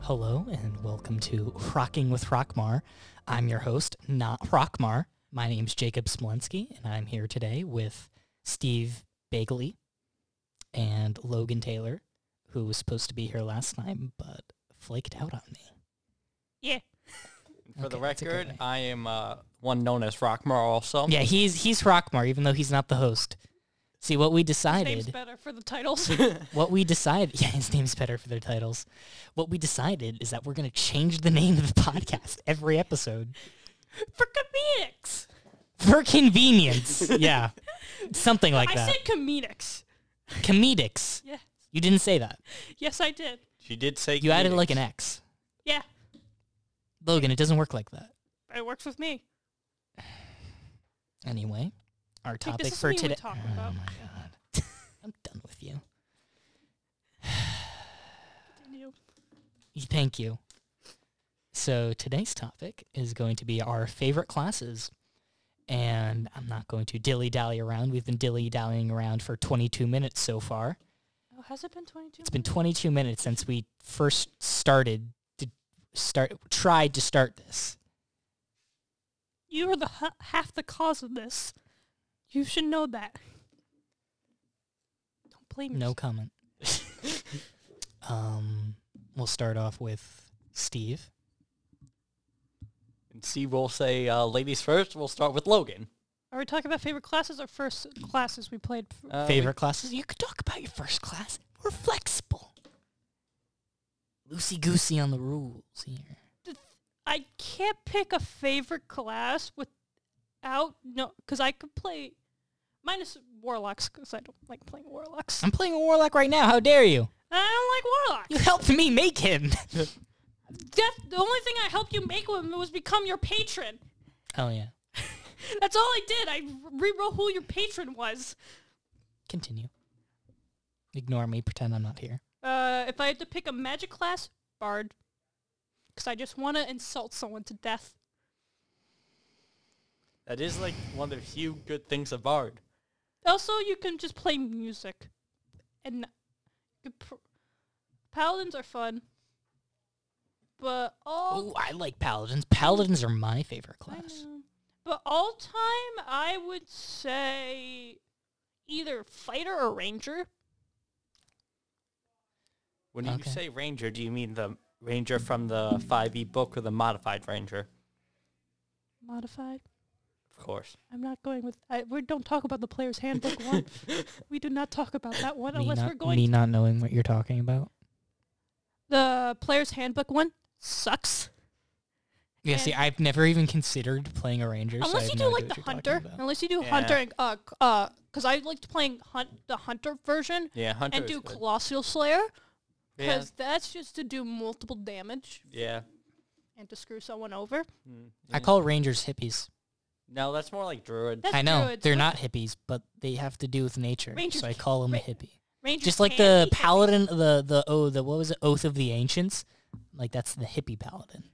Hello and welcome to Rocking with Rockmar. I'm your host, not Rockmar. My name's Jacob Smolensky, and I'm here today with Steve Bagley and Logan Taylor, who was supposed to be here last time but flaked out on me. Yeah. Okay, For the that's a good record, um, way. I am uh, one known as Rockmar also. Yeah, he's he's Rockmar, even though he's not the host. See what we Name's decided. better for the titles. What we decided. Yeah, his name's better for their titles. What we decided is that we're gonna change the name of the podcast every episode. for comedics. For convenience. yeah. Something like I that. said comedics. Comedics. Yeah. You didn't say that. Yes, I did. She did say You added like an comedics. X. Yeah. Logan, it doesn't work like that. It works with me. Anyway, our Jake, topic this is for something today. we talk oh about. my god. I'm done with you. Continue. Thank you. So today's topic is going to be our favorite classes. And I'm not going to dilly-dally around. We've been dilly-dallying around for 22 minutes so far. Oh, has it been 22? It's been 22 minutes since we first started to start tried to start this. You are the ha- half the cause of this. You should know that. Don't blame No yourself. comment. um, we'll start off with Steve. And see, we'll say uh, ladies first. We'll start with Logan. Are we talking about favorite classes or first classes we played? f- Uh, we- Favorite classes? You could talk about your first class. We're flexible. Loosey goosey on the rules here. I can't pick a favorite class without no, because I could play minus warlocks because I don't like playing warlocks. I'm playing a warlock right now. How dare you? I don't like warlocks. You helped me make him. That the only thing I helped you make with was become your patron. oh yeah. That's all I did. I rewrote who your patron was. Continue. Ignore me. Pretend I'm not here. Uh, if I had to pick a magic class, bard, because I just want to insult someone to death. That is like one of the few good things of Bard. Also, you can just play music, and you pr- paladins are fun. But Oh, all I like paladins. Paladins are my favorite I class. know. But all time, I would say either fighter or ranger. When you Okay. say ranger, do you mean the ranger from the 5e book or the modified ranger? Modified. Of course. I'm not going with. I, we don't talk about the player's handbook one. We do not talk about that one unless we're going. me not knowing what you're talking about. the player's handbook one sucks. Yeah, see, And- I've never even considered playing a ranger. so I unless have you no do like idea the what you're hunter. talking about. Unless you do Yeah. hunter and uh c- uh because I liked playing hunt the hunter version Yeah, Hunter and is do good. colossal slayer yeah. because that's just to do multiple damage yeah. and to screw someone over. Mm, I yeah. call rangers hippies. No, that's more like druid. That's I know druids. they're What- not hippies, but they have to do with nature, Rangers so I ca- call them a ra- hippie. Rangers Just like can the be paladin, the the oh, the what was it? Oath of the Ancients. Like that's the hippie paladin,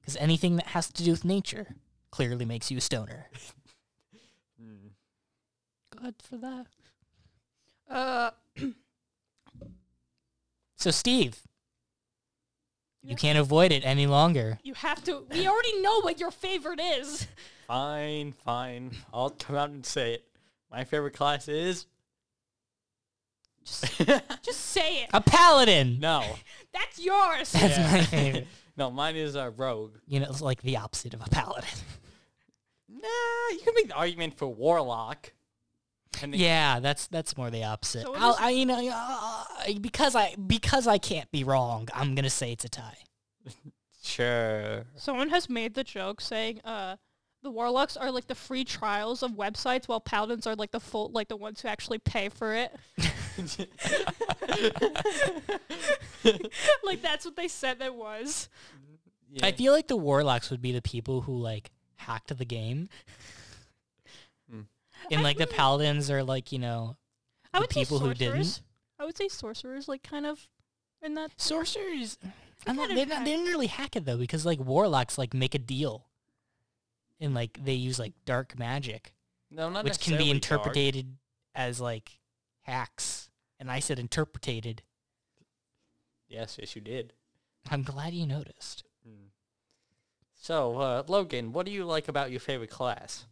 because anything that has to do with nature clearly makes you a stoner. Mm. good for that. Uh, So Steve, you Yeah. can't avoid it any longer. you have to. We already know what your favorite is. Fine, fine. I'll come out and say it. My favorite class is... Just, just say it. A paladin. No. That's yours. That's Yeah. my favorite. No, mine is a rogue. You know, it's like the opposite of a paladin. Nah, you can make the argument for warlock. And then- Yeah, that's that's more the opposite. So it I'll, is- I, you know, uh, because I because I can't be wrong. I'm gonna say it's a tie. Sure. Someone has made the joke saying, uh, the warlocks are like the free trials of websites, while paladins are like the full, like the ones who actually pay for it. like that's what they said it was. Yeah. I feel like the warlocks would be the people who like hacked the game, Hmm. and I like the wouldn't- paladins are like you know I The would people say who didn't? sorcerers. I would say sorcerers, like kind of in that. sorcerers. I'm not, kind of they're not, they didn't really hack it though because like warlocks like make a deal, and like they use like dark magic, no, not which can be necessarily dark. interpreted as like hacks. And I said interpreted. Yes, yes, you did. Hmm. I'm glad you noticed. So, uh, Logan, what do you like about your favorite class?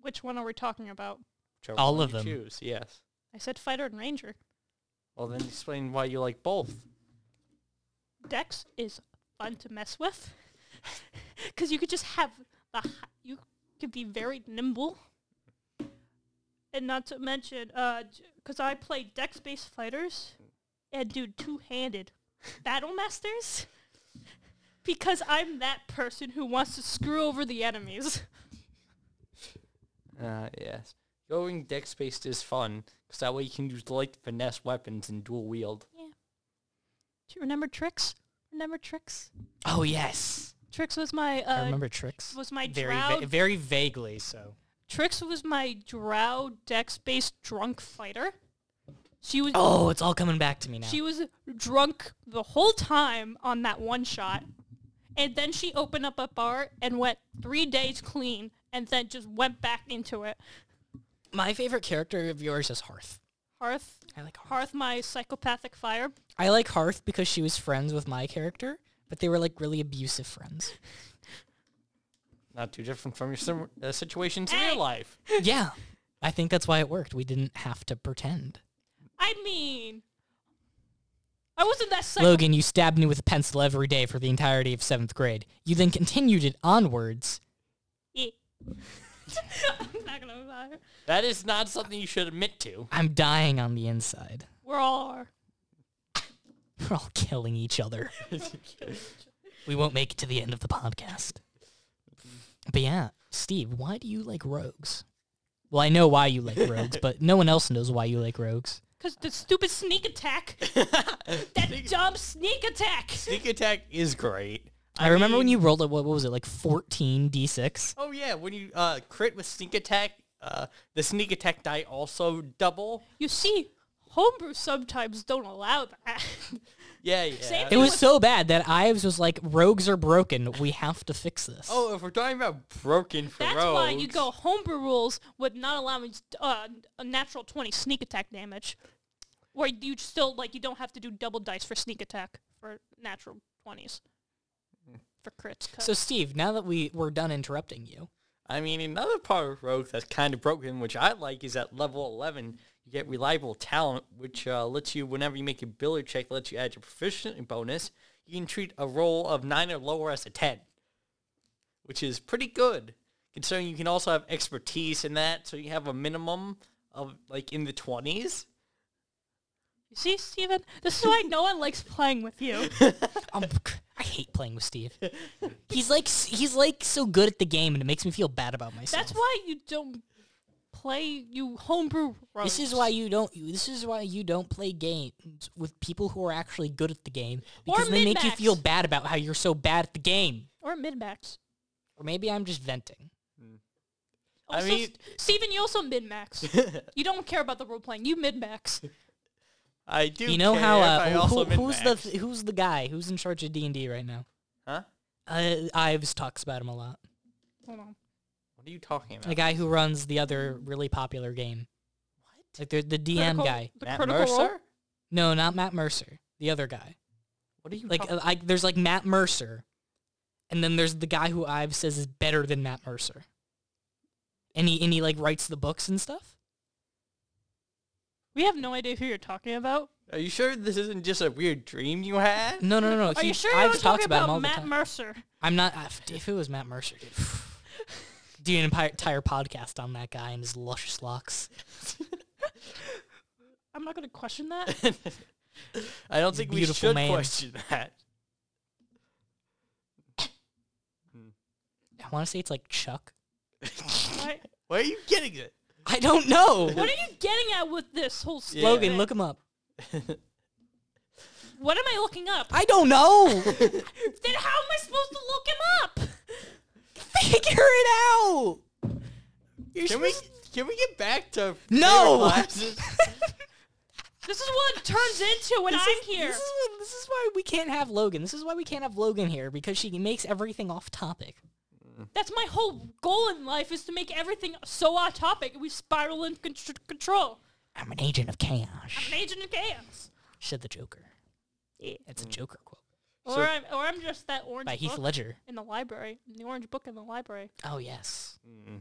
Which one are we talking about? Whichever All one of you them. Choose, yes. I said fighter and ranger. Well, then explain why you like both. Dex is fun to mess with because you could just have the hi- you could be very nimble, and not to mention because I play Dex based fighters and do two handed battle masters because I'm that person who wants to screw over the enemies. Uh, yes. Going dex based is fun because that way you can use light finesse weapons and dual wield. Do you remember tricks? Remember tricks? Oh yes, Tricks was my I uh, remember tricks was my very drow va- very vaguely. So Trix was my drow dex based drunk fighter. She was oh, it's all coming back to me now. she was drunk the whole time on that one shot. And then she opened up a bar and went three days clean and then just went back into it. my favorite character of yours is Hearth. Hearth I like Hearth. Hearth my psychopathic fire. I like Hearth because she was friends with my character, but they were like really abusive friends. Not too different from your sim- uh, situations in Hey! your life. yeah, I think that's why it worked. We didn't have to pretend. I mean I wasn't that psycho Logan, you stabbed me with a pencil every day for the entirety of seventh grade. You then continued it onwards. Eh. I'm not gonna lie. That is not something you should admit to. I'm dying on the inside. We're all are. We're all killing each other. we won't make it to the end of the podcast. But yeah, Steve, why do you like rogues? Well, I know why you like rogues, but no one else knows why you like rogues. Cause the stupid sneak attack. that dumb sneak attack. Sneak attack is great. I, remember when mean- you rolled a, what, what was it, like 14 d6? Oh yeah, when you uh, crit with sneak attack, uh, the sneak attack die also double. You see, homebrew sometimes don't allow that. Yeah, yeah. Same It was so bad that Ives was like, rogues are broken. We have to fix this. Oh, if we're talking about broken for That's why you rogues- go homebrew rules with not allowing uh, a natural 20 sneak attack damage. Where you still, like, you don't have to do double dice for sneak attack for natural 20s. Hmm. For crits. 'cause- So Steve, now that we we're done interrupting you, I mean, another part of Rogue that's kind of broken, which I like, is at level 11, you get reliable talent, which uh, lets you, whenever you make a ability check, lets you add your proficiency bonus. You can treat a roll of 9 or lower as a 10, which is pretty good, considering you can also have expertise in that, so you have a minimum of, like, in the 20s. you see, Steven? This is why no one likes playing with you. I'm, I hate playing with Steve. He's like s- he's like so good at the game, and it makes me feel bad about myself. That's why you don't play, you homebrew rogues. This is why you don't. you- This is why you don't play games with people who are actually good at the game Or because they make you min-max. feel bad about how you're so bad at the game. Or mid-max. Or maybe I'm just venting. I Also, mean- Steven, you also mid-max. you don't care about the role playing. You mid-max. I do You know care, how? I Uh, who- also who- who's the min-max. th- who's the guy who's in charge of D and D right now? Huh? Uh, Ives talks about him a lot. Hold on. What are you talking about? The guy who runs the other really popular game. What? Like the the DM Critical- guy. The Matt critical Mercer? role? No, not Matt Mercer. The other guy. What are you Like, talking uh, I, there's like Matt Mercer, and then there's the guy who Ives says is better than Matt Mercer. And he and he like writes the books and stuff. We have no idea who you're talking about. Are you sure this isn't just a weird dream you had? No, no, no. no. Are he- you sure you're Ives not talks talking about, about, him all the Matt time. Mercer? I'm not. I- If it was Matt Mercer, dude, do an entire, entire podcast on that guy and his luscious locks. I'm not going to question that. I don't think we Beautiful should man. question that. I want to say it's like Chuck. Why- Where are you getting it? I don't know. What are you getting at with this whole s- Yeah. Logan, look him up. What am I looking up? I don't know. then how am I supposed to look him up? Figure it out. You're Can we supposed- can we get back to No! favorite classes? This is what it turns into when This I'm is- here. This is, what- this is why we can't have Logan. This is why we can't have Logan here because she makes everything off topic. That's my whole goal in life is to make everything so off topic and we spiral into contr- control. I'm an agent of I'm chaos, an agent of chaos. Mm. said the Joker. It's a Joker quote. Or So- I'm or I'm just that orange by Heath book Ledger. in the library, the orange book in the library. Oh yes. Mm.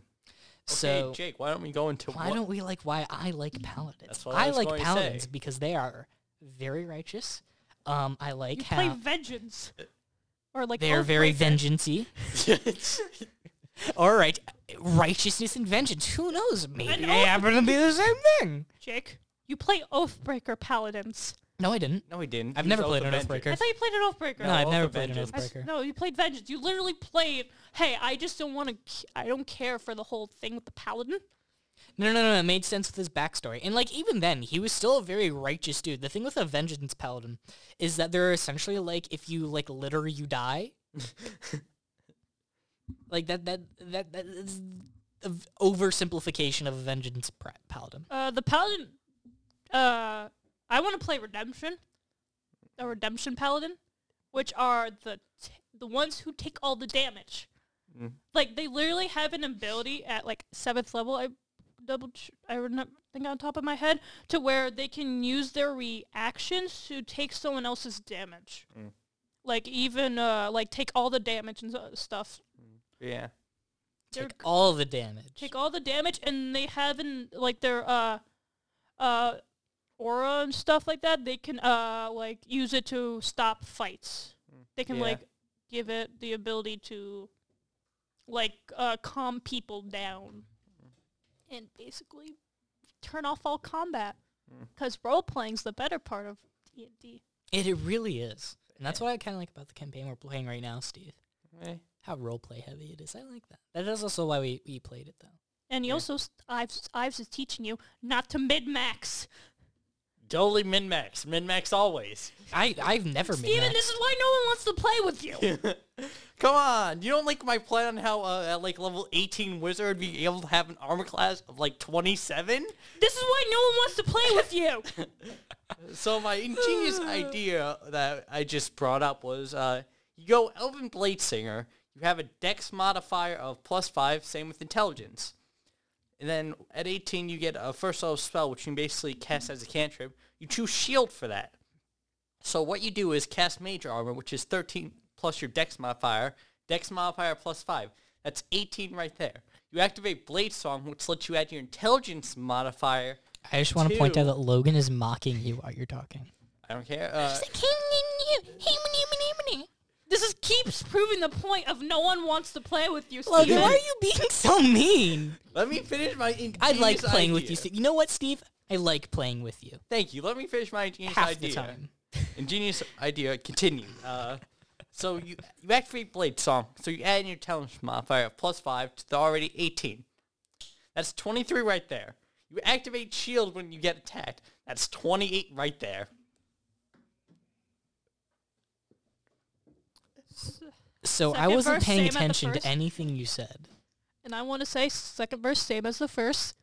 so okay, Jake, why don't we go into why what? don't we like why I like paladins? That's what I I, was like going to paladins say. because they are very righteous. Um, I like You how play vengeance, or like they are very vengeance. vengeancey. All right, righteousness and vengeance. Who knows? Maybe they all- happen to be the same thing. Jake, you play Oathbreaker paladins. No, I didn't. no, we didn't. I've He's never out played the an vengeance. Oathbreaker. I thought you played an Oathbreaker. No, I've Oath never of played an Vengeance. I s- Oathbreaker. no, you played vengeance. You literally played. Hey, I just don't want to. I don't care for the whole thing with the paladin. No, no, no, no. It made sense with his backstory. And, like, even then, he was still a very righteous dude. The thing with a Vengeance Paladin is that they're essentially, like, if you, like, litter, you die. like, that, that, that, that is a v- oversimplification of a Vengeance pra- Paladin. Uh, the paladin. Uh, I want to play redemption, a redemption paladin, which are the t- the ones who take all the damage. Mm. Like they literally have an ability at like seventh level. I double. Ch- I would not think on top of my head to where they can use their reactions to take someone else's damage. Mm. Like even uh, like take all the damage and s- stuff. Yeah. They're Take all the damage. take all the damage and they have in like their uh uh aura and stuff like that they can uh like use it to stop fights they can Yeah. like give it the ability to like uh calm people down and basically turn off all combat Hmm. because role playing's the better part of D&D it, it really is. And that's what I kind of like about the campaign we're playing right now, Steve. Eh. How roleplay heavy it is. I like that. That is also why we, we played it, though. and you Yeah. also st- Ives, Ives is teaching you not to mid-max Totally min max. Min max always. I, I've never made Steven, that. this is why no one wants to play with you Come on, you don't like my plan on how uh, at like level 18 wizard be able to have an armor class of like 27? This is why no one wants to play with you. So my ingenious idea that I just brought up was uh, you go Elven Blade Singer, you have a dex modifier of plus 5, same with intelligence. And then at 18 you get a first level spell which you can basically cast as a cantrip. You choose shield for that. So what you do is cast Mage Armor, which is 13 plus your Dex modifier. Dex modifier plus 5. That's 18 right there. You activate Blade Song, which lets you add your Intelligence modifier. I just want to point out Two. that Logan is mocking you while you're talking. I don't care. Uh, this is keeps proving the point of no one wants to play with you, Logan, Steven. why are you being so mean? let me finish my ingenious I like playing with you, idea. Steve. You know what, Steve? I like playing with you Thank you. Let me finish my ingenious half idea. the time. Ingenious idea. Continue. Uh, so you you activate blade song. So you add in your talent modifier of plus five to the already eighteen. That's twenty three right there. You activate shield when you get attacked. That's twenty eight right there. So I Second wasn't verse, paying same at the attention to first. anything you said. And I want to say second verse same as the first.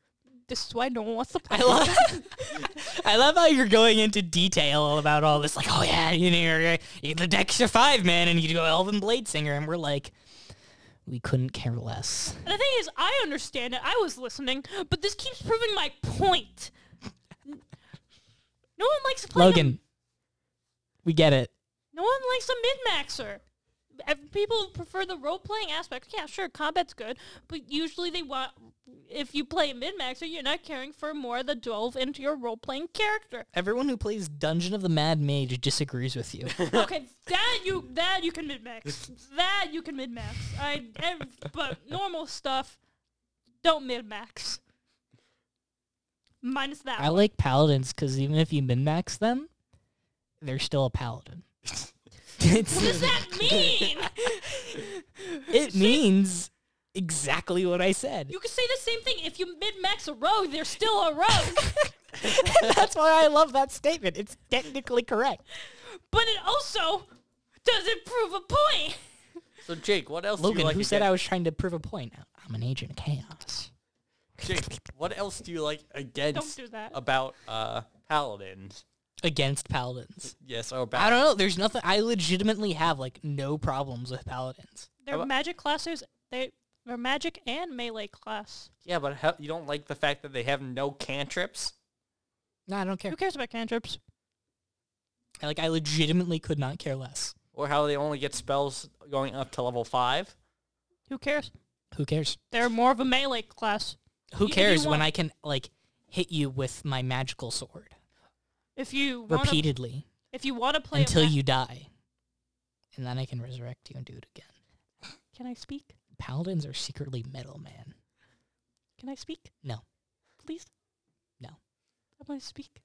This is why no one wants to play. I love, I love how you're going into detail about all this. Like, oh yeah, you know, you're, you're the Dexter Five man, and you go Elven Blade Singer, and we're like, we couldn't care less. And the thing is, I understand it. I was listening, but this keeps proving my point. No one likes to play. Logan, we get it. No one likes a mid-maxer. Ev- People prefer the role-playing aspect. Yeah, sure, combat's good, but usually they want if you play a mid-maxer, you're not caring for more of the delve into your role-playing character. Everyone who plays Dungeon of the Mad Mage disagrees with you. okay, that you that you can mid-max. That you can mid-max. I ev- but normal stuff don't mid-max. Minus that. I one. like paladins because even if you min max them, they're still a paladin. It's- what does that mean? it means exactly what I said. you could say the same thing if you mid-max a rogue, they're still a rogue. That's why I love that statement. It's technically correct. but it also doesn't prove a point. So Jake, what else do Logan, you like? who to said get? I was trying to prove a point? I'm an agent of chaos. Jake, what else do you like against do that. about uh, paladins? Against paladins. Yes, or about I don't know. There's nothing. I legitimately have like no problems with paladins. They're How about- magic classes. They they're magic and melee class. yeah, but how, you don't like the fact that they have no cantrips. No, I don't care. Who cares about cantrips? Like I legitimately could not care less. or how they only get spells going up to level five. Who cares? Who cares? They're more of a melee class. Who You- if you cares when want- I can like hit you with my magical sword If you want to, repeatedly if you want to play a until ma- you die, and then I can resurrect you and do it again. can I speak? Paladins are secretly metal, man. Can I speak? No. Please. No. I want to speak.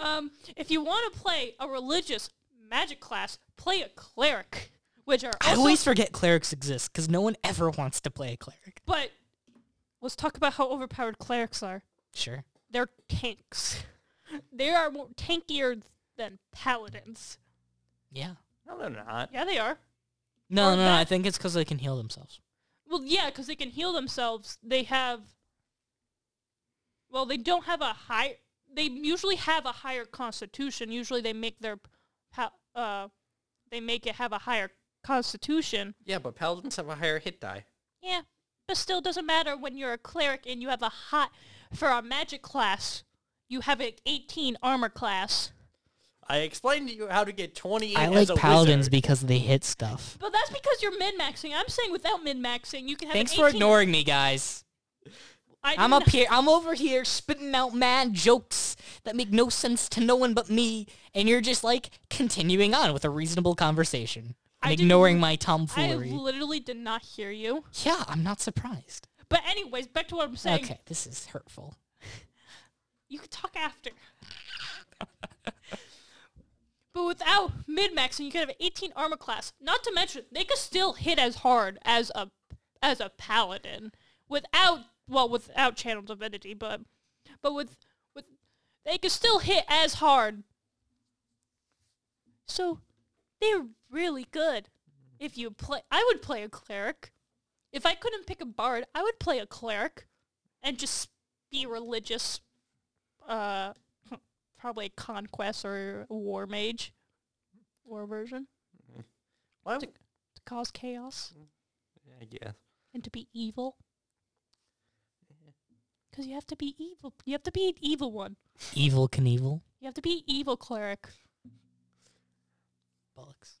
um, if you want to play a religious magic class, play a cleric, which are I also always forget clerics exist because no one ever wants to play a cleric. But let's talk about how overpowered clerics are. Sure. They're tanks. They are more tankier than paladins. Yeah. No, they're not. Yeah, they are. No, Or no, no. that- I think it's because they can heal themselves. Well, yeah, because they can heal themselves. They have. Well, they don't have a high. They usually have a higher constitution. Usually, they make their, pa- uh, they make it have a higher constitution. Yeah, but paladins have a higher hit die. Yeah, but still doesn't matter when you're a cleric and you have a hot for a magic class. You have an 18 armor class. I explained to you how to get 28 I as like a paladins wizard. because they hit stuff. But that's because you're min maxing. I'm saying without min maxing, you can have. Thanks an for 18 ignoring me, guys. I I'm didn't- up here. I'm over here spitting out mad jokes that make no sense to no one but me, and you're just like continuing on with a reasonable conversation I and didn't- ignoring my I tomfoolery. literally did not hear you. yeah, I'm not surprised. But anyways, back to what I'm saying. Okay, this is hurtful. You can talk after. but without mid maxing, you could have an 18 armor class. Not to mention, they could still hit as hard as a as a paladin without well without channel divinity, but but with with they could still hit as hard. So they're really good. If you play, I would play a cleric. If I couldn't pick a bard, I would play a cleric, and just be religious uh, probably a conquest or a war mage, war version Why to, to cause chaos would- I guess. and to be evil. Mm-hmm. Because you have to be evil. You have to be an evil one. Evil Knievel. You have to be an evil cleric. Bollocks.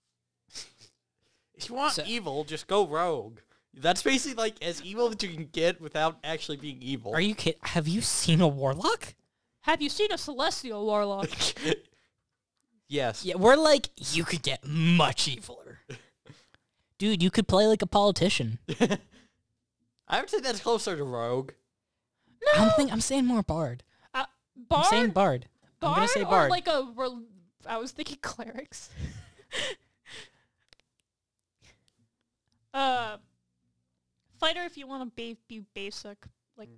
If you want So- evil, just go rogue. That's basically like as evil that you can get without actually being evil. Are you kidding? Have you seen a warlock? Have you seen a celestial warlock? yes. Yeah, we're like, you could get much eviler. Dude, you could play like a politician. I would say that's closer to rogue. I no, don't think I'm saying more bard. uh, I'm bard, saying bard. I'm bard, gonna say or bard. like a. Rel- I was thinking clerics. uh, fighter, if you want to ba- be basic, like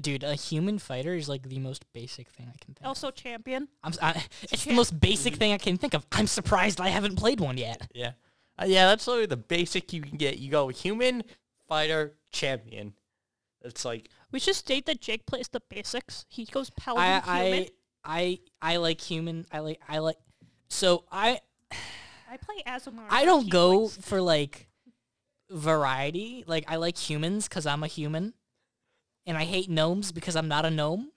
Dude, a human fighter is like the most basic thing I can think. of. also champion. I'm, si it's the most basic thing I can think of. I'm surprised I haven't played one yet. Yeah. Uh, yeah, that's literally the basic you can get. You go human, fighter, champion. It's like We should state that Jake plays the basics. He goes paladin I, human. I I I like human. I like I like. So I I, play Azumar. I but don't he go plays- for like variety. Like I like humans because I'm a human, and I hate gnomes because I'm not a gnome.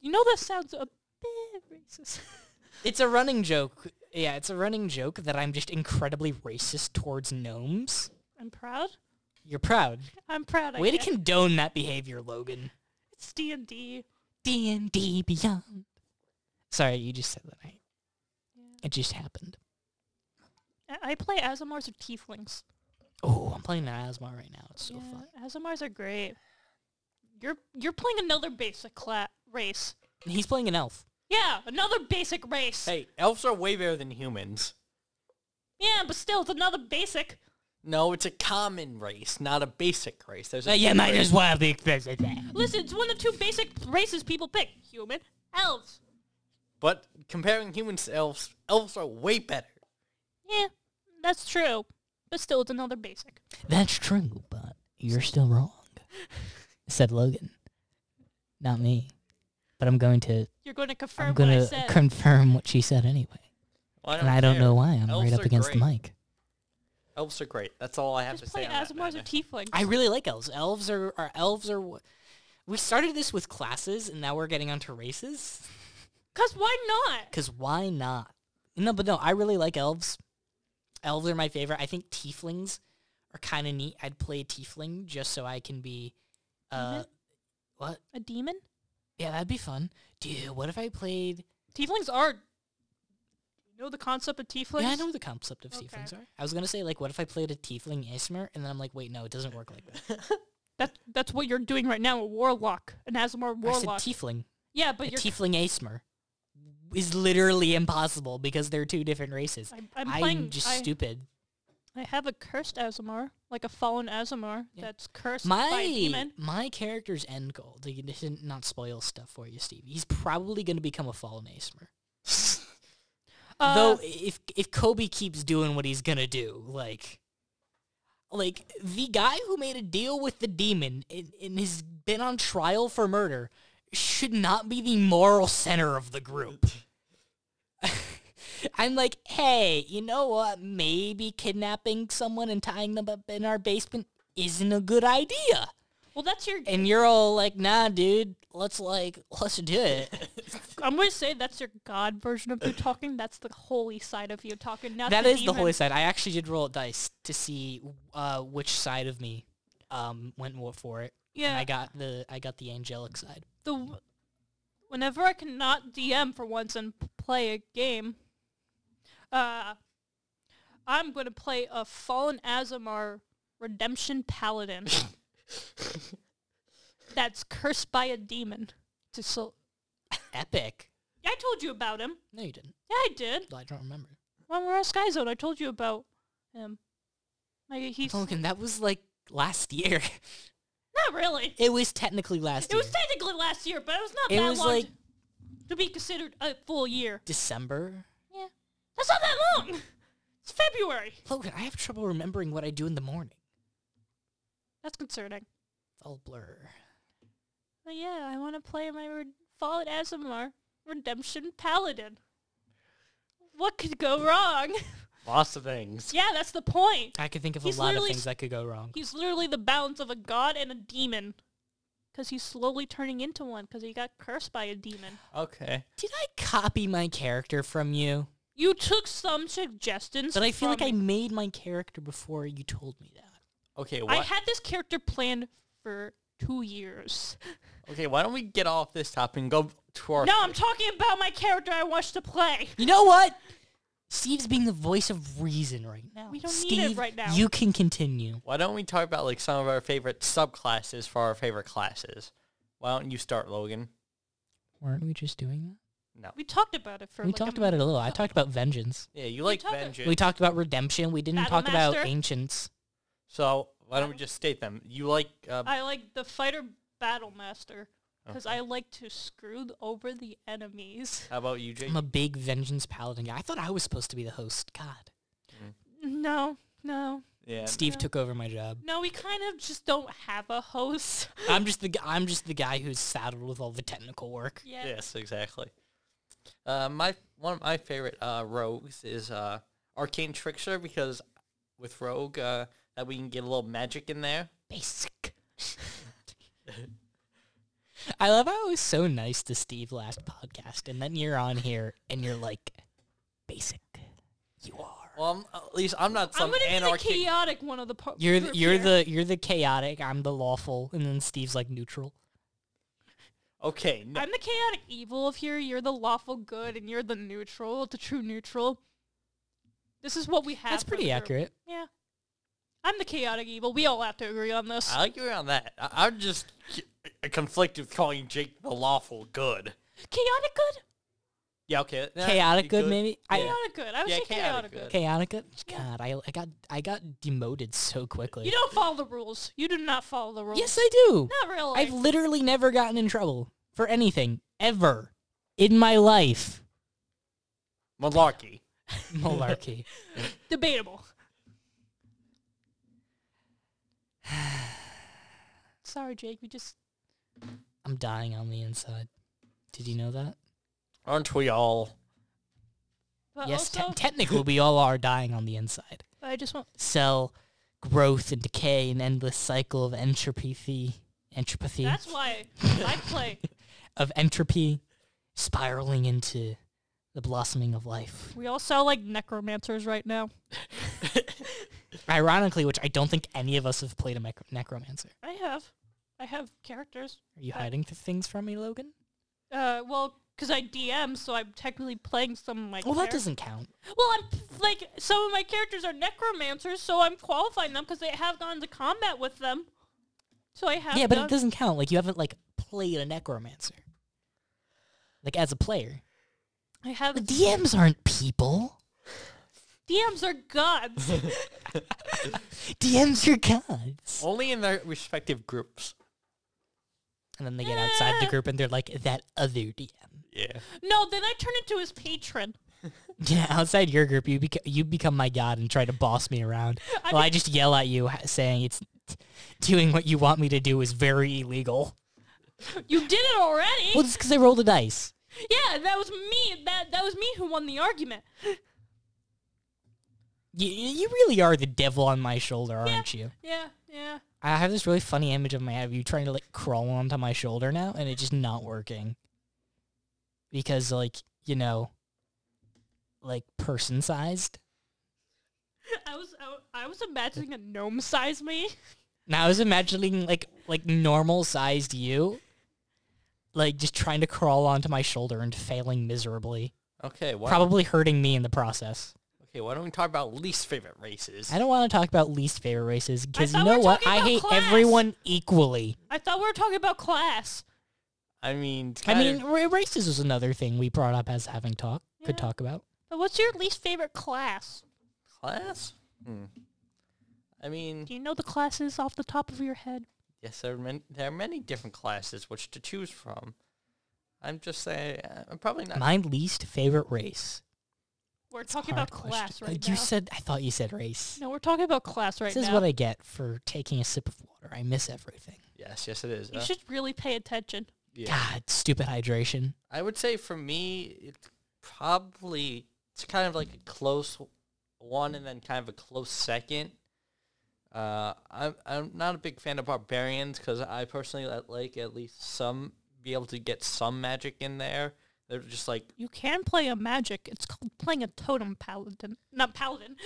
You know that sounds a bit racist. It's a running joke. Yeah, it's a running joke that I'm just incredibly racist towards gnomes. I'm proud. You're proud. I'm proud. I Way to guess. condone that behavior, Logan. It's D and D. D and D Beyond. Sorry, you just said that. I, it just happened. I play Azumars with tieflings. Oh, I'm playing an Asmar right now. It's so yeah, fun. Azumars are great. You're you're playing another basic cla- race. He's playing an elf. Yeah, another basic race. hey, elves are way better than humans. Yeah, but still, it's another basic. No, it's a common race, not a basic race. There's a But Uh, yeah, might as well be expensive. Listen, it's one of the two basic races people pick: human, elves. But comparing humans to elves, elves are way better. Yeah, that's true. But still, it's another basic. That's true, but you're still wrong. Said Logan. Not me. But I'm going to You're going to confirm I'm gonna what I said. confirm what she said anyway. Well, and I don't care. know why. I'm Elves right up are against great. the mic. Elves are great. That's all I have Just to say. play on that Asimar's or matter. Tiefling. I really like elves. Elves are, are elves are wh- we started this with classes and now we're getting onto races. Cause why not? Because why not? No, but no, I really like elves. Elves are my favorite. I think tieflings are kind of neat. I'd play a tiefling just so I can be, uh, Demon? Mm-hmm. what? A demon? Yeah, that'd be fun. Dude, what if I played? Tieflings are. You know the concept of tieflings? yeah, I know what the concept of Okay. tieflings are. I was gonna say like, what if I played a tiefling Ismar? And then I'm like, wait, no, it doesn't work like that. That that's what you're doing right now. A warlock, an Asmar I warlock. said tiefling. yeah, A but you're. tiefling Ismar is literally impossible because they're two different races. I'm, I'm I'm, playing. just I, stupid. I have a cursed Asmar, like a fallen Asmar Yeah. that's cursed by a My demon. my character's end goal to to not spoil stuff for you, Steve. He's probably going to become a fallen Ismar. Uh, Though if if Kobe keeps doing what he's gonna do, like like the guy who made a deal with the demon and, and has been on trial for murder should not be the moral center of the group. I'm like, hey, you know what? Maybe kidnapping someone and tying them up in our basement isn't a good idea. well, that's your. And you're all like, nah, dude, let's like, let's do it. I'm gonna say that's your god version of you talking. That's the holy side of you talking. Not That the is the demon. holy side. I actually did roll a dice to see uh, which side of me um, went more for it. Yeah, And I got the I got the angelic side. the w- whenever I cannot DM for once and p- play a game, uh, I'm gonna play a Fallen Azamar Redemption Paladin that's cursed by a demon. To so, Epic. I told you about him. No, you didn't. Yeah, I did. I don't remember. When we were at Sky Zone, I told you about him. Like he's not Duncan, that was like last year. really. It was technically last It year. was technically last year, but it was not It that was long like- to, to be considered a full year. December. Yeah, that's not that long. It's February. Logan, I have trouble remembering what I do in the morning. That's concerning. It's all blur. But yeah, I want to play my re- Fallen Azamar Redemption Paladin. What could go wrong? Lots of things. yeah, that's the point. I could think of He's a lot of literally things s- that could go wrong. He's literally the balance of a god and a demon. Because he's slowly turning into one because he got cursed by a demon. Okay. Did I copy my character from you? You took some suggestions. But I feel like from I made my character before you told me that. Okay. I What? had this character planned for two years. okay. Why don't we get off this topic and go to our? No, I'm talking about my character I watched to play. You know what? Steve's being the voice of reason right now. We don't Steve, need it right now. You can continue. Why don't we talk about like some of our favorite subclasses for our favorite classes? Why don't you start, Logan? Weren't we just doing that? No. We talked about it for. we like talked a about it a little. I talked about vengeance. Yeah, you like talk- vengeance. We talked about redemption. We didn't Battle talk about Master. ancients. so why don't we just state them? You like uh, I like the fighter battle master because Okay. I like to screw th- over the enemies. How about you, Jake? I'm a big vengeance paladin guy. I thought I was supposed to be the host. God. No, no, yeah. Steve No. took over my job. no. We kind of just don't have a host. I'm just the gu- I'm just the guy who's saddled with all the technical work. Yeah. Yes, exactly. Uh, my one of my favorite uh, rogues is uh, Arcane Trickster because with Rogue uh, that we can get a little magic in there. Basic. I love how it was so nice to Steve last podcast, and then you're on here and you're like, basic. You are. Well, I'm, at least I'm not I'm some gonna anarchic. be the chaotic one of the par- You're the, group you're here. the you're the chaotic. I'm the lawful, and then Steve's like neutral. okay, no, I'm the chaotic evil of here. You're the lawful good, and you're the neutral, the true neutral. This is what we have. That's for the pretty group. accurate. Yeah. I'm the chaotic evil. We all have to agree on this. I like you on that. I, I'm just c- uh, conflicted with calling Jake the lawful good. chaotic good? Yeah, okay. nah, chaotic you good, maybe. I, Chaotic good. I would Yeah, say chaotic chaotic, good. good. chaotic good. Yeah. God, I, I got I got demoted so quickly. You don't follow the rules. You do not follow the rules. yes, I do. Not really. I've literally never gotten in trouble for anything ever in my life. Malarkey. Malarkey. Debatable. Sorry, Jake. We just... I'm dying on the inside. Did you know that? Aren't we all? But yes, te- also, technically we all are dying on the inside. I just want... Cell growth and decay, an endless cycle of entropy, entropy That's why I play. of entropy, spiraling into the blossoming of life. We all sound like necromancers right now. Ironically, which I don't think any of us have played a mec- necromancer. I have, I have characters. Are you Uh, hiding th- things from me, Logan? Uh, well, because I DM, so I'm technically playing some of my. Well, that charac- doesn't count. Well, I'm like some of my characters are necromancers, so I'm qualifying them because they have gone into combat with them. So I have. yeah, but done- it doesn't count. Like you haven't like played a necromancer. Like as a player, I have the DMs aren't people. DMs are gods. DMs are gods. Only in their respective groups. And then they get outside the Yeah. group and they're like that other DM. Yeah. no, then I turn into his patron. Yeah, outside your group, you bec- you become my god and try to boss me around. I well, I just yell at you, ha- saying it's doing what you want me to do is very illegal. You did it already. Well, it's because I rolled a dice. yeah, that was me. That that was me who won the argument. You, you really are the devil on my shoulder, aren't you? Yeah, yeah. I have this really funny image of my of you trying to like crawl onto my shoulder now, and it's just not working. Because like you know, like person sized. I was I, I was imagining a gnome size me. Now I was imagining like like normal sized you, like just trying to crawl onto my shoulder and failing miserably, Okay. Why, probably hurting me in the process. okay. Why don't we talk about least favorite races? I don't want to talk about least favorite races because thought you we know were what? talking I about hate class. everyone equally. I thought we were talking about class. I mean, it's I kind mean, ra- races was another thing we brought up as having talk could Yeah. talk about. But what's your least favorite class? class. Hmm. I mean, Do you know the classes off the top of your head? yes, there are many, there are many different classes which to choose from. I'm just saying, uh, I'm probably not. My least favorite race. We're It's a talking hard about class question. right You now. said I thought you said race. no, we're talking about class right this now. is what I get for taking a sip of water. I miss everything. yes, yes, it is. you uh, should really pay attention. yeah. God, stupid hydration. I would say for me, it's probably it's kind of like a close one, and then kind of a close second. Uh, I'm I'm not a big fan of barbarians because I personally li- like at least some be able to get some magic in there. They're just like You can play a magic. It's called playing a totem paladin. Not paladin.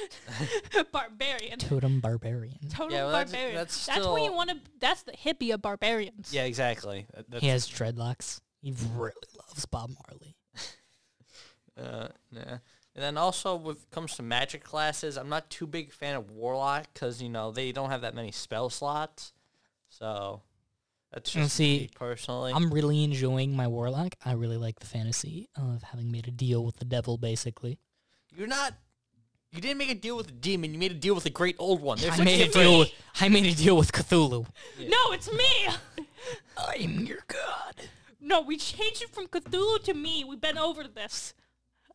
barbarian. Totem barbarian. Totem Yeah, well, that's- barbarian. that's when you still- want to. That's the hippie of barbarians. yeah, exactly. That- That's, He has dreadlocks. He really loves Bob Marley. Uh, yeah. And then also with comes to magic classes, I'm not too big a fan of warlock because you know they don't have that many spell slots, so that's Well, just me see, personally. I'm really enjoying my warlock. I really like the fantasy of having made a deal with the devil, basically. You're not. You didn't make a deal with a demon. You made a deal with a great old one. There's I made a deal. With, I made a deal with Cthulhu. No, it's me. I'm your god. No, we changed it from Cthulhu to me. We've been over this.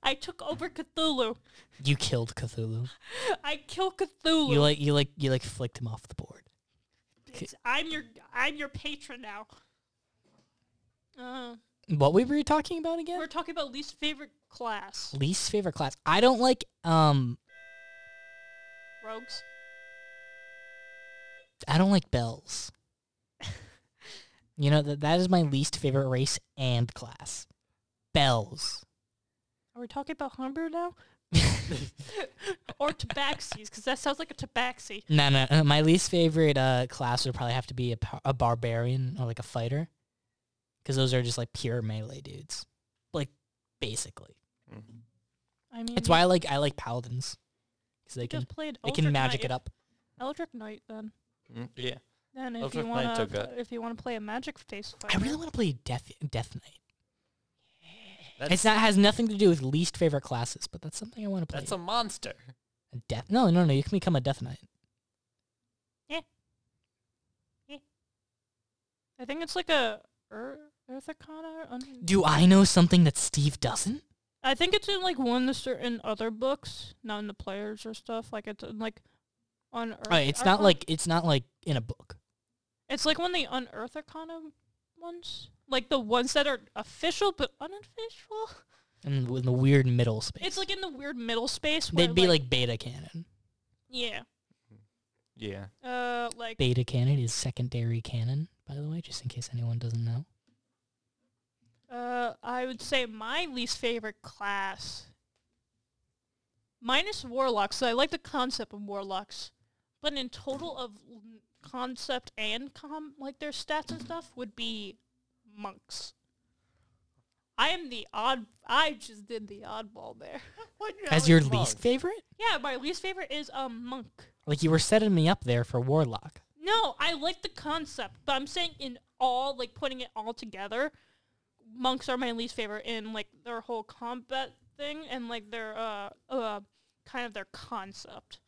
I took over Cthulhu. You killed Cthulhu. I kill Cthulhu. You like you like you like flicked him off the board. It's- I'm your I'm your patron now. Uh, What we were you talking about again? we're talking about least favorite class Least favorite class. I don't like um rogues. I don't like bells. you know that that is my least favorite race and class. Bells. Are we talking about Humber now? or tabaxis, because that sounds like a tabaxi. No, no. uh, My least favorite uh, class would probably have to be a, par- a barbarian or like a fighter, because those are just like pure melee dudes, like basically. Mm-hmm. I mean, That's why I like I like paladins, because they you can Mm-hmm. just played they Eldritch can magic Knight. it up. Eldritch Knight, then. Mm, yeah. Then if Eldritch you Knight want took to, it. if you want to play a magic face I fighter, really want to play Death Death Knight. That's, It's not has nothing to do with least favorite classes, but that's something I want to play. that's a monster. A death? No, no, no. You can become a Death Knight. I think it's like a Ur- Earthicana. or un- Do I know something that Steve doesn't? I think it's in like one of the certain other books, not in the players or stuff. Like it's in, like unearth. Alright, it's not Arcana- like it's not like in a book. it's like when they unearth Arcana ones, like the ones that are official but unofficial. And in the weird middle space, It's like in the weird middle space. Where, they'd be like beta canon. yeah, Yeah. uh, like Beta canon is secondary canon, by the way, just in case anyone doesn't know. Uh, I would say my least favorite class, minus warlocks. So I like the concept of warlocks, but in total of l- concept and com like their stats and stuff would be monks. I am the odd. I just did the oddball there. What you As always your monk? least favorite? yeah, my least favorite is a monk. Like you were setting me up there for Warlock. No, I like the concept, but I'm saying in all, like putting it all together, monks are my least favorite in like their whole combat thing and like their uh uh kind of their concept.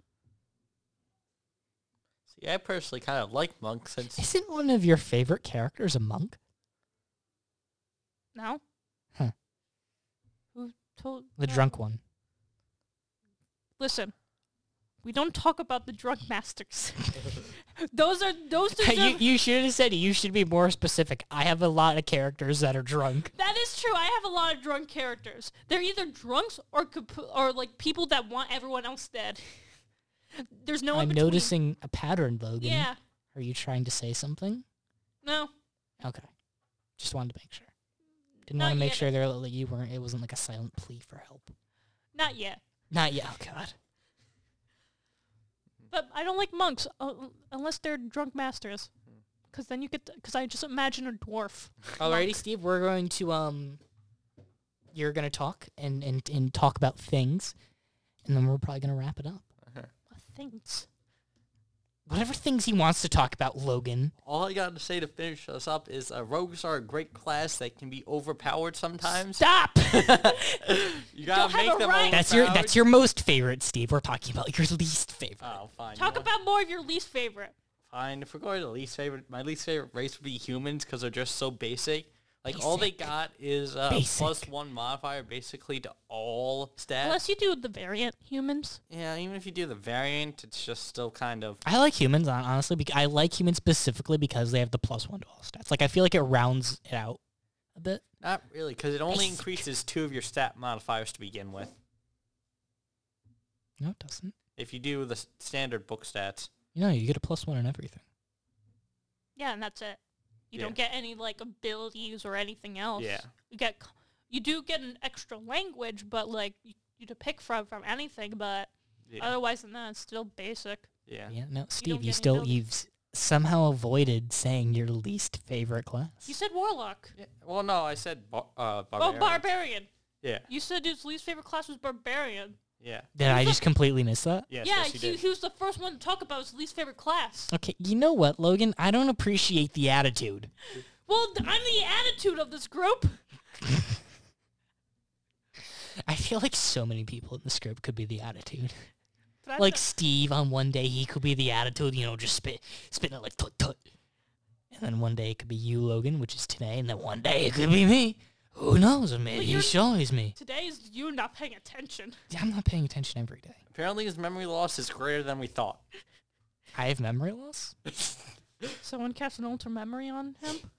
See, I personally kind of like monks since Isn't one of your favorite characters a monk? No. Huh. Who told The no. drunk one. Listen, we don't talk about the drug masters. those are those deserve. you you should have said you should be more specific. I have a lot of characters that are drunk. That is true. I have a lot of drunk characters. They're either drunks or comp- or like people that want everyone else dead. There's no. I'm in between. noticing a pattern, Logan. Yeah. Are you trying to say something? No. Okay. Just wanted to make sure. Didn't Not want to make yet. sure there that you weren't. It wasn't like a silent plea for help. Not yet. Not yet. Oh God. But I don't like monks uh, unless they're drunk masters, because then you get. Because I just imagine a dwarf. Alrighty, Steve. We're going to um. You're gonna talk and and and talk about things, and then we're probably gonna wrap it up. Thanks. Whatever things he wants to talk about, Logan. all I got to say to finish us up is uh, rogues are a great class that can be overpowered sometimes. Stop. You gotta Don't have make a them right. That's your that's your most favorite, Steve. We're talking about your least favorite. Oh, fine. Talk you know, about more of your least favorite. fine. If we're going to least favorite, my least favorite race would be humans because they're just so basic. Like all they Basic. got is uh, Basic. plus one modifier basically to all stats. Unless you do the variant humans. yeah, even if you do the variant, it's just still kind of I like humans hon- honestly. Because I like humans specifically because they have the plus one to all stats. Like I feel like it rounds it out a bit. not really because it only Basic. increases two of your stat modifiers to begin with. No, it doesn't. If you do the s- standard book stats, You know, you get a plus one on everything. Yeah, and that's it. You Yeah. don't get any like abilities or anything else. Yeah. You get c- you do get an extra language, but like you, you to pick from from anything, but yeah, otherwise than that, it's still basic. yeah. Yeah, no, Steve, get you, any still build- you've s- somehow avoided saying your least favorite class. You said warlock. Yeah, Well, no, I said bar- uh, Oh, barbarian. barbarian. yeah, You said his least favorite class was barbarian. yeah, Did I just completely miss that? yes, yeah, yes, you he, did. he was the first one to talk about his least favorite class. Okay, you know what, Logan? I don't appreciate the attitude. Well, th- I'm the attitude of this group. I feel like so many people in this group could be the attitude. But I'm like the- Steve on one day he could be the attitude, you know, just spit spitting it like tut tut. And then one day it could be you, Logan, which is today, and then one day it could be me. Who knows? Maybe you're- it's always me. today is you not paying attention. I'm not paying attention every day. Apparently, his memory loss is greater than we thought. I have memory loss. Someone cast an alter memory on him.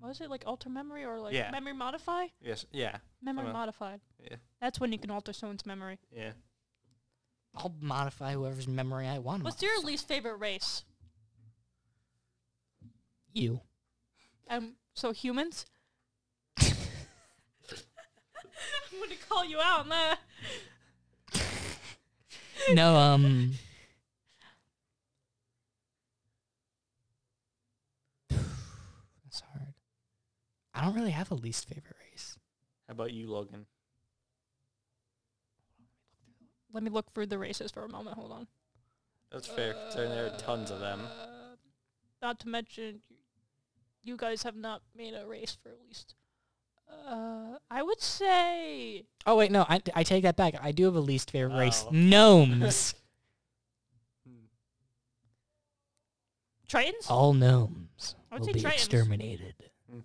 What was it like alter memory or like Yeah. memory modify? Yes, yeah, Memory Uh, modified. yeah. That's when you can alter someone's memory. yeah. I'll modify whoever's memory I Hmm. want. to What's modify. your least favorite race? you? Um, so humans. I'm gonna call you out on that. No, um. That's hard. I don't really have a least favorite race. How about you, Logan? Let me look through the races for a moment. Hold on. That's fair. considering there are tons of them. Uh, Not to mention, y- you guys have not made a race for at least. Uh, I would say Oh wait, no, I, I take that back. I do have a least favorite race. Oh. Gnomes. Tritons. All gnomes I would will say be Tritons. exterminated. I don't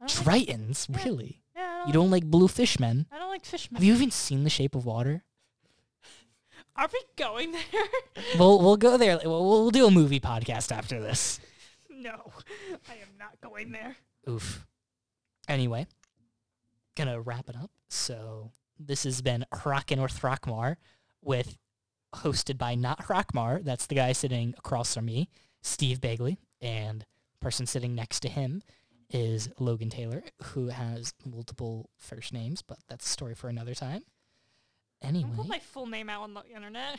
like, Tritons, Yeah. really? yeah, I You don't. don't like blue fishmen? I don't like fishmen. Have you even seen The Shape of Water? Are we going there? We'll we'll go there. We'll, we'll do a movie podcast after this. no, I am not going there. Oof. Anyway, gonna wrap it up. So this has been Rockin' with Rockmar with hosted by not Rockmar, that's the guy sitting across from me, Steve Bagley, and person sitting next to him is Logan Taylor, who has multiple first names, but that's a story for another time. Don't put Anyway, Oh my full name out on the internet.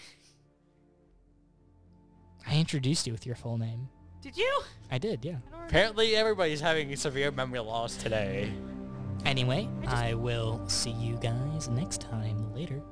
I introduced you with your full name. Did you? I did, yeah. I don't remember. Apparently, everybody's having severe memory loss today. Anyway, I just- I will see you guys next time later.